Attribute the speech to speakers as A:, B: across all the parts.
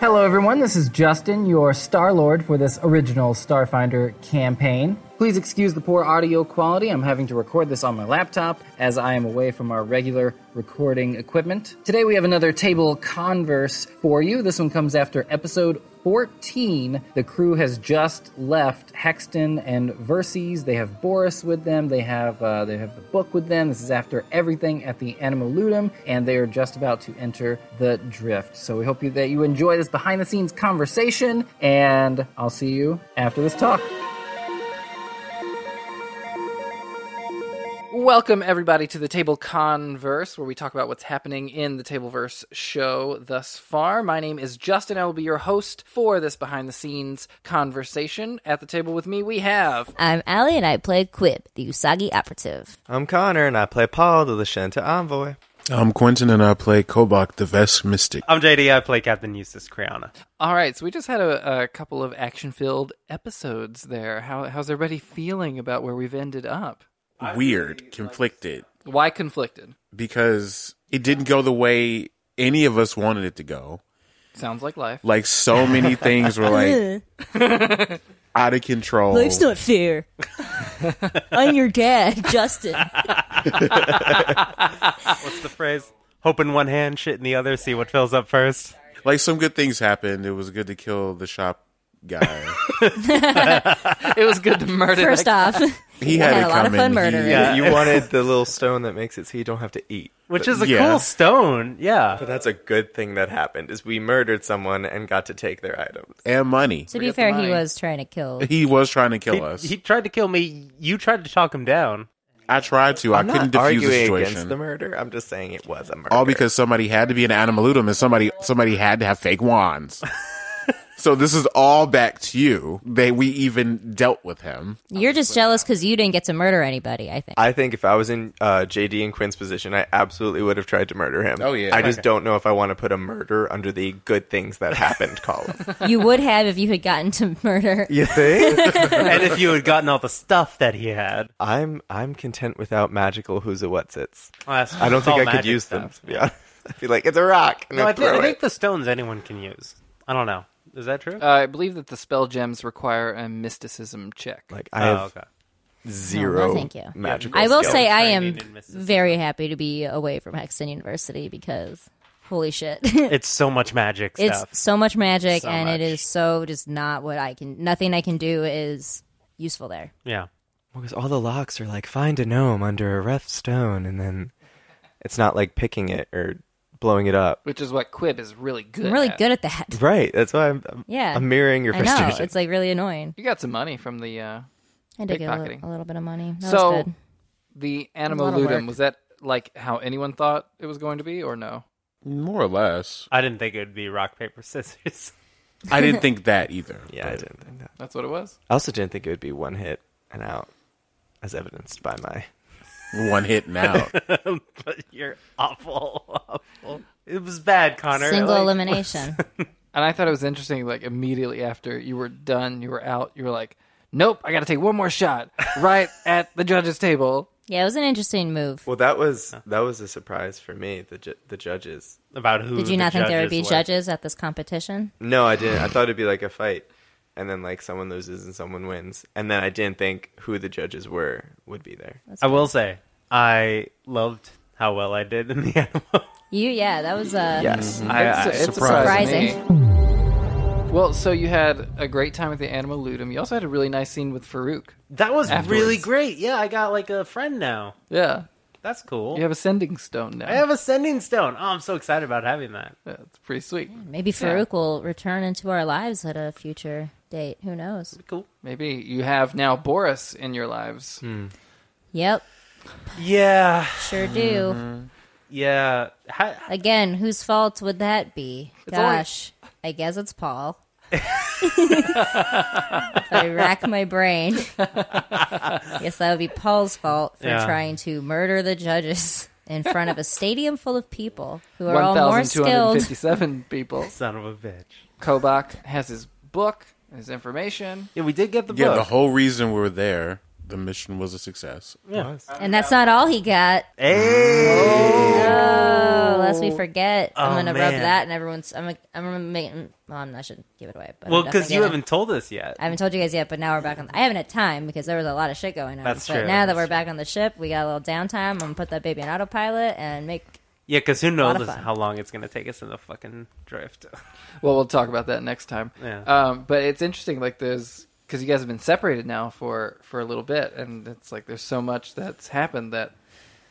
A: Hello, everyone. This is Justin, your Star Lord for this original Starfinder campaign. Please excuse the poor audio quality. I'm having to record this on my laptop as I am away from our regular recording equipment. Today, we have another table converse for you. This one comes after episode 14. The crew has just left Hexton and Verses. They have Boris with them. They have uh, they have the book with them. This is after everything at the Animaludum, and they are just about to enter the drift. So we hope you, that you enjoy this behind the scenes conversation, and I'll see you after this talk. Welcome everybody to the Table Converse, where we talk about what's happening in the Tableverse show thus far. My name is Justin. I will be your host for this behind-the-scenes conversation. At the table with me, we have
B: I'm Allie, and I play Quib, the Usagi operative.
C: I'm Connor, and I play Paul, the Lashenta envoy.
D: I'm Um, Quentin, and I play Kobach, the Vest Mystic.
E: I'm JD. I play Captain Eustace Creana.
A: All right, so we just had a, a couple of action-filled episodes there. How, how's everybody feeling about where we've ended up?
D: Weird, conflicted,
A: Why conflicted?
D: because it didn't go the way any of us wanted it to go.
A: Sounds like life.
D: Like, so many things were like out of control.
B: Life's not fair. I'm your dad, Justin.
E: What's the phrase? Hope in one hand, shit in the other. See what fills up first.
D: Like, some good things happened. It was good to kill the shop guy.
A: It was good to murder.
B: First
A: that-
B: off,
D: He had,
B: Had
D: it
B: a lot of
D: coming.
B: fun murdering.
D: He-
C: You wanted the little stone that makes it so you don't have to eat.
E: Which is a
D: Yeah.
E: cool stone. Yeah.
C: But that's a good thing that happened is we murdered someone and got to take their items.
D: and money.
B: to be
A: up the
B: fair,
A: money.
B: he was trying to kill.
D: He was trying to kill
E: He,
D: us.
E: he tried to kill me. You tried to talk him down.
D: I tried to. I
C: I'm not
D: couldn't defuse the
C: arguing
D: situation.
C: against the murder. I'm just saying it was a murder.
D: all because somebody had to be an animaludum and somebody somebody had to have fake wands. so this is all back to you. They we even dealt with him.
B: You're just jealous because you didn't get to murder anybody. I think.
C: I think if I was in uh, JD and Quinn's position, I absolutely would have tried to murder him.
D: Oh, yeah.
C: I just don't know if I want to put a murder under the good things that happened column.
B: You would have if you had gotten to murder.
C: you think?
E: and if you had gotten all the stuff that he had,
C: I'm I'm content without magical who's a what's it's.
E: Well, that's-
C: I don't
E: it's all
C: think I could
E: magic
C: use them.
E: stuff.
C: To be honest. I'd be like, it's a rock. And
E: No, I,
C: I'd
E: thi- I
C: throw
E: think
C: it.
E: the stones anyone can use. I don't know. Is that true?
A: Uh, I believe that the spell gems require a mysticism check.
C: Like I
E: oh,
C: have
E: okay.
C: zero.
B: No, thank you.
C: Magical.
B: I will
C: skills.
B: say uh, I
E: Training
B: am
E: in mysticism.
B: very happy to be away from Hexton University because holy shit,
E: It's so much magic
B: it's
E: stuff.
B: so much magic
E: So
B: and it
E: much.
B: is so just not what I can. Nothing I can do is useful there.
E: yeah.
C: Because all the locks are like, find a gnome under a rough stone, and then it's not like picking it or blowing it up.
A: Which is what Quib is really good.
B: I'm really
A: at.
B: good at that.
C: Right. That's why I'm, I'm,
B: Yeah,
C: I'm mirroring your
B: I know
C: frustration.
B: it's like really annoying.
A: You got some money from the uh,
B: I did get a
A: Pickpocketing.
B: little, a little bit of money. That
A: so
B: was good.
A: the
B: lot of
A: animaludum
B: work.
A: was that like how anyone thought it was going to be or no
D: More or less.
E: I didn't think it would be rock, paper, scissors.
D: I didn't think that either.
C: yeah, I didn't think that.
A: that's what it was
C: I also didn't think it would be one hit and out, as evidenced by my.
D: One hit and out.
E: but you're awful, awful. It was bad, Connor.
B: Single
E: Like-
B: elimination.
A: and i thought it was interesting like immediately after you were done you were out you were like nope i gotta take one more shot right at the judge's table
B: yeah, it was an interesting move.
C: Well, that was that was a surprise for me. The ju- the judges.
E: about who
B: Did
E: the
B: you not think there would be
E: were.
B: judges at this competition?
C: No, I didn't. I thought it'd be like a fight, and then like someone loses and someone wins, and then I didn't think who the judges were would be there.
E: I will say, I loved how well I did in the animal.
B: You, yeah, that was uh,
C: Yes.
E: Mm-hmm. I, I-
A: it's, it's
B: Surprising.
A: surprising well so you had a great time at the animaludum you also had a really nice scene with farouk
E: that was
A: Afterwards.
E: really great. Yeah, I got like a friend now.
A: yeah
E: That's cool.
A: you have a sending stone now
E: I have a sending stone. Oh, I'm so excited about having that.
A: yeah, it's pretty sweet
B: Maybe Farouk will return into our lives at a future date. Who knows?
E: Cool.
A: maybe you have now boris in your lives
E: Hmm.
B: Yep,
E: Yeah,
B: sure do.
E: Mm-hmm. yeah. Ha-
B: Again, whose fault would that be?
A: only-
B: Gosh, I guess it's Paul. if I rack my brain, yes, that would be Paul's fault for
E: Yeah.
B: trying to murder the judges in front of a stadium full of people who are all more skilled.
A: 1257 people
E: son of a bitch.
A: Kobach has his book, his information.
E: Yeah, we did get the
D: Yeah,
E: book.
D: the whole reason we were there The mission was a success.
E: Yeah.
B: And that's not all he got.
E: Hey.
B: Oh, lest we forget, I'm
E: Oh,
B: gonna rub
E: man.
B: that, and everyone's. I'm. I'm gonna make. mm, Well, I'm not. Shouldn't give it away. But I'm
E: Well,
B: definitely
E: because you
B: gonna-
E: haven't told us yet.
B: Mm-hmm. I haven't told you guys yet, but now we're back on. I haven't had time because there was a lot of shit going on.
E: That's
B: but
E: true,
B: Now that
E: that's
B: we're back on the ship, we got a little downtime. I'm gonna put that baby on autopilot and make.
E: Yeah, because who
B: lot of
E: knows
B: fun.
E: how long it's going to take us in the fucking drift.
A: Well, we'll talk about that next time.
E: Yeah.
A: Um, but it's interesting, like there's because you guys have been separated now for for a little bit, and it's like there's so much that's happened that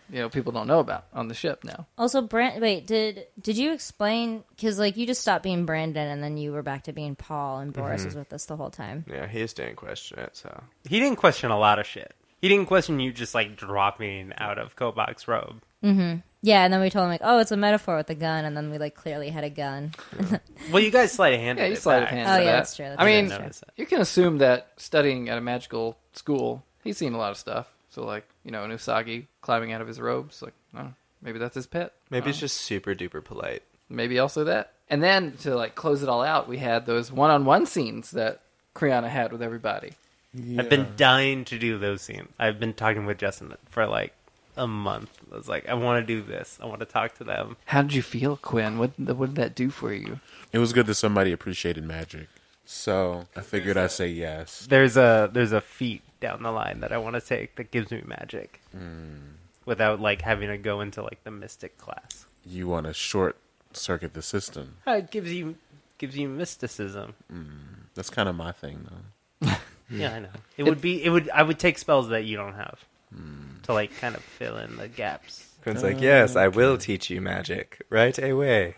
A: you know people don't know about on the ship now.
B: Also, Brand. Wait, did did you explain? Because like you just stopped being Brandon, and then you were back to being Paul, and
E: Mm-hmm.
B: Boris was with us the whole time.
C: Yeah, he just didn't question it. So
E: he didn't question a lot of shit. He didn't question you just like dropping out of Kobach's robe.
B: Yeah, and then we told him like, oh, it's a metaphor with a gun, and then we like clearly had a gun.
E: Well, you guys sleight of handed
A: Yeah, you
E: it
A: sleight of
E: back.
A: hand.
B: Oh,
A: to
B: yeah,
A: that.
B: that's true, that's
A: I
B: true,
A: mean,
E: that's true.
A: you can assume that studying at a magical school, he's seen a lot of stuff. So like you know, an Usagi climbing out of his robes, like oh, maybe that's his pet.
C: maybe it's just super duper polite.
A: maybe also that. And then to like close it all out, we had those one-on-one scenes that Kriana had with everybody.
E: I've been dying to do those scenes. I've been talking with Justin for like a month. I was like, I want to do this. I want to talk to them.
A: How did you feel, Quinn? What what did that do for you?
D: It was good that somebody appreciated magic. So I figured I'd say yes.
E: There's a there's a feat down the line that I want to take that gives me magic, Hmm. without like having to go into like the mystic class.
D: You want to short circuit the system.
E: Uh, It gives you gives you mysticism.
D: That's kind of my thing, though.
E: Yeah, I know. It would be. It would. I would take spells that you don't have to like kind of fill in the gaps.
C: Quinn's like, yes, I will teach you magic right away.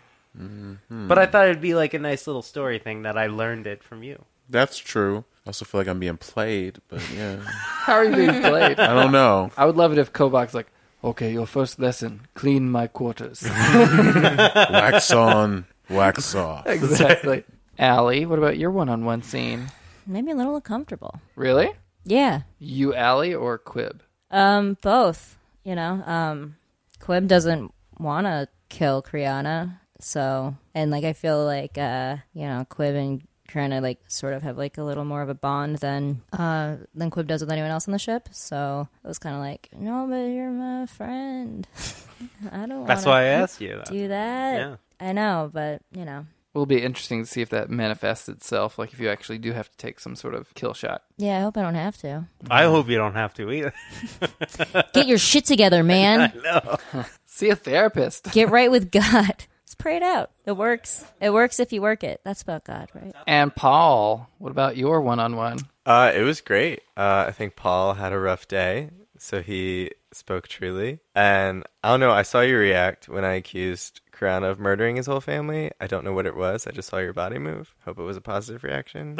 E: But I thought it'd be like a nice little story thing that I learned it from you.
D: That's true. I also feel like I'm being played, but yeah.
A: How are you being played?
D: I don't know.
A: I would love it if Kobach's like, okay, your first lesson, clean my quarters.
D: Wax on, wax off.
A: exactly. Allie, what about your one-on-one scene?
B: Made me a little uncomfortable.
A: Really?
B: Yeah,
A: You, Allie, or Quib?
B: Um, both. You know, um, Quib doesn't want to kill Kriana, so and like I feel like uh, you know, Quib and Kriana like sort of have like a little more of a bond than uh than Quib does with anyone else on the ship. So it was kind of like, no, but you're my friend. I don't.
E: That's
B: wanna
E: why I asked you. That.
B: do that.
E: Yeah.
B: I know, but you know,
A: Will be interesting to see if that manifests itself. Like if you actually do have to take some sort of kill shot.
B: yeah. I hope I don't have to
E: I hope you don't have to either.
B: get your shit together, man.
A: See a therapist.
B: Get right with God. Just pray it out. It works. It works if you work it. That's about God, right?
A: And Paul, what about your one-on-one?
C: Uh, it was great. Uh, I think Paul had a rough day, so he spoke truly. And I don't know. I saw you react when I accused Karana of murdering his whole family. I don't know what it was. I just saw your body move. Hope it was a positive reaction.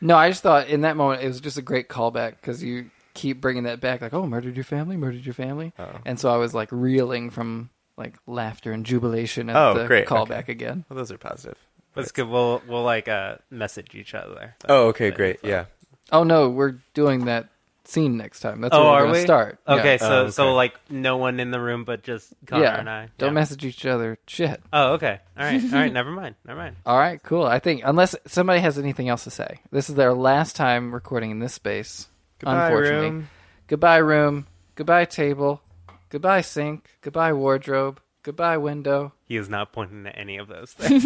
A: No, I just thought in that moment it was just a great callback because you keep bringing that back, like, "Oh, murdered your family, murdered your family,"
C: Oh.
A: and so I was like reeling from like laughter and jubilation at
C: Oh,
A: the
C: great,
A: callback
C: okay.
A: again.
C: well, those are positive.
E: That's good. We'll we'll like uh, message each other.
C: Oh, okay, great. Yeah.
A: Oh no, we're doing that scene next time. That's
E: Oh,
A: where we're
E: are
A: gonna
E: we?
A: start.
E: Okay,
A: Yeah.
E: so
C: Oh,
E: so
C: okay.
E: like no one in the room but just Connor
A: yeah.
E: and I.
A: Don't
E: Yeah.
A: message each other. Shit.
E: Oh, okay. All right. All right. Never mind. Never mind.
A: All right, cool. I think unless somebody has anything else to say, this is their last time recording in this space.
C: Goodbye,
A: unfortunately.
C: room.
A: Goodbye room. Goodbye table. Goodbye sink. Goodbye wardrobe. Goodbye window.
E: He is not pointing to any of those things.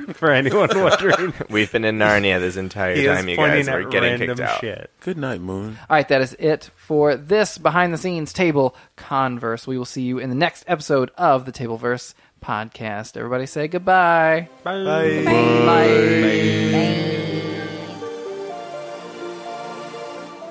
E: For anyone wondering,
C: We've been in Narnia this entire
E: he is
C: time, you
E: pointing
C: guys.
E: at
C: We're getting
E: random
C: kicked out.
E: shit.
D: Good night, Moon.
A: All right, that is it for this behind the scenes table converse. We will see you in the next episode of the Tableverse podcast. Everybody say goodbye.
C: Bye.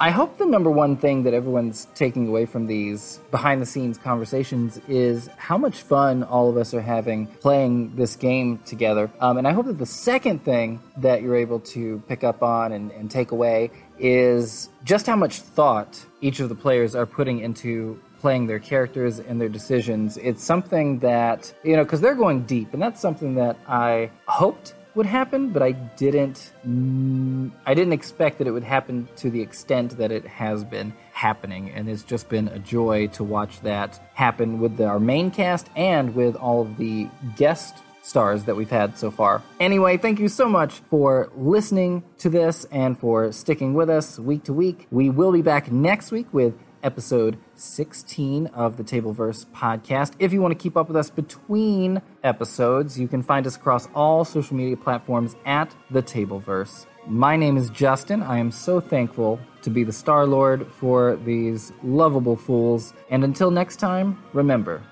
F: I hope the number one thing that everyone's taking away from these behind the scenes conversations is how much fun all of us are having playing this game together. Um, and I hope that the second thing that you're able to pick up on and, and take away is just how much thought each of the players are putting into playing their characters and their decisions. It's something that, you know, because they're going deep, and that's something that I hoped would happen, but I didn't. mm, I didn't expect that it would happen to the extent that it has been happening, and it's just been a joy to watch that happen with our main cast and with all of the guest
A: stars that we've had so far. Anyway, thank you so much for listening to this and for sticking with us week to week. We will be back next week with episode 16 of the Tableverse podcast. If you want to keep up with us between episodes, you can find us across all social media platforms at the Tableverse. My name is Justin. I am so thankful to be the Star Lord for these lovable fools. And until next time, remember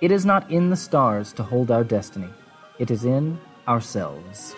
A: it is not in the stars to hold our destiny, it is in ourselves.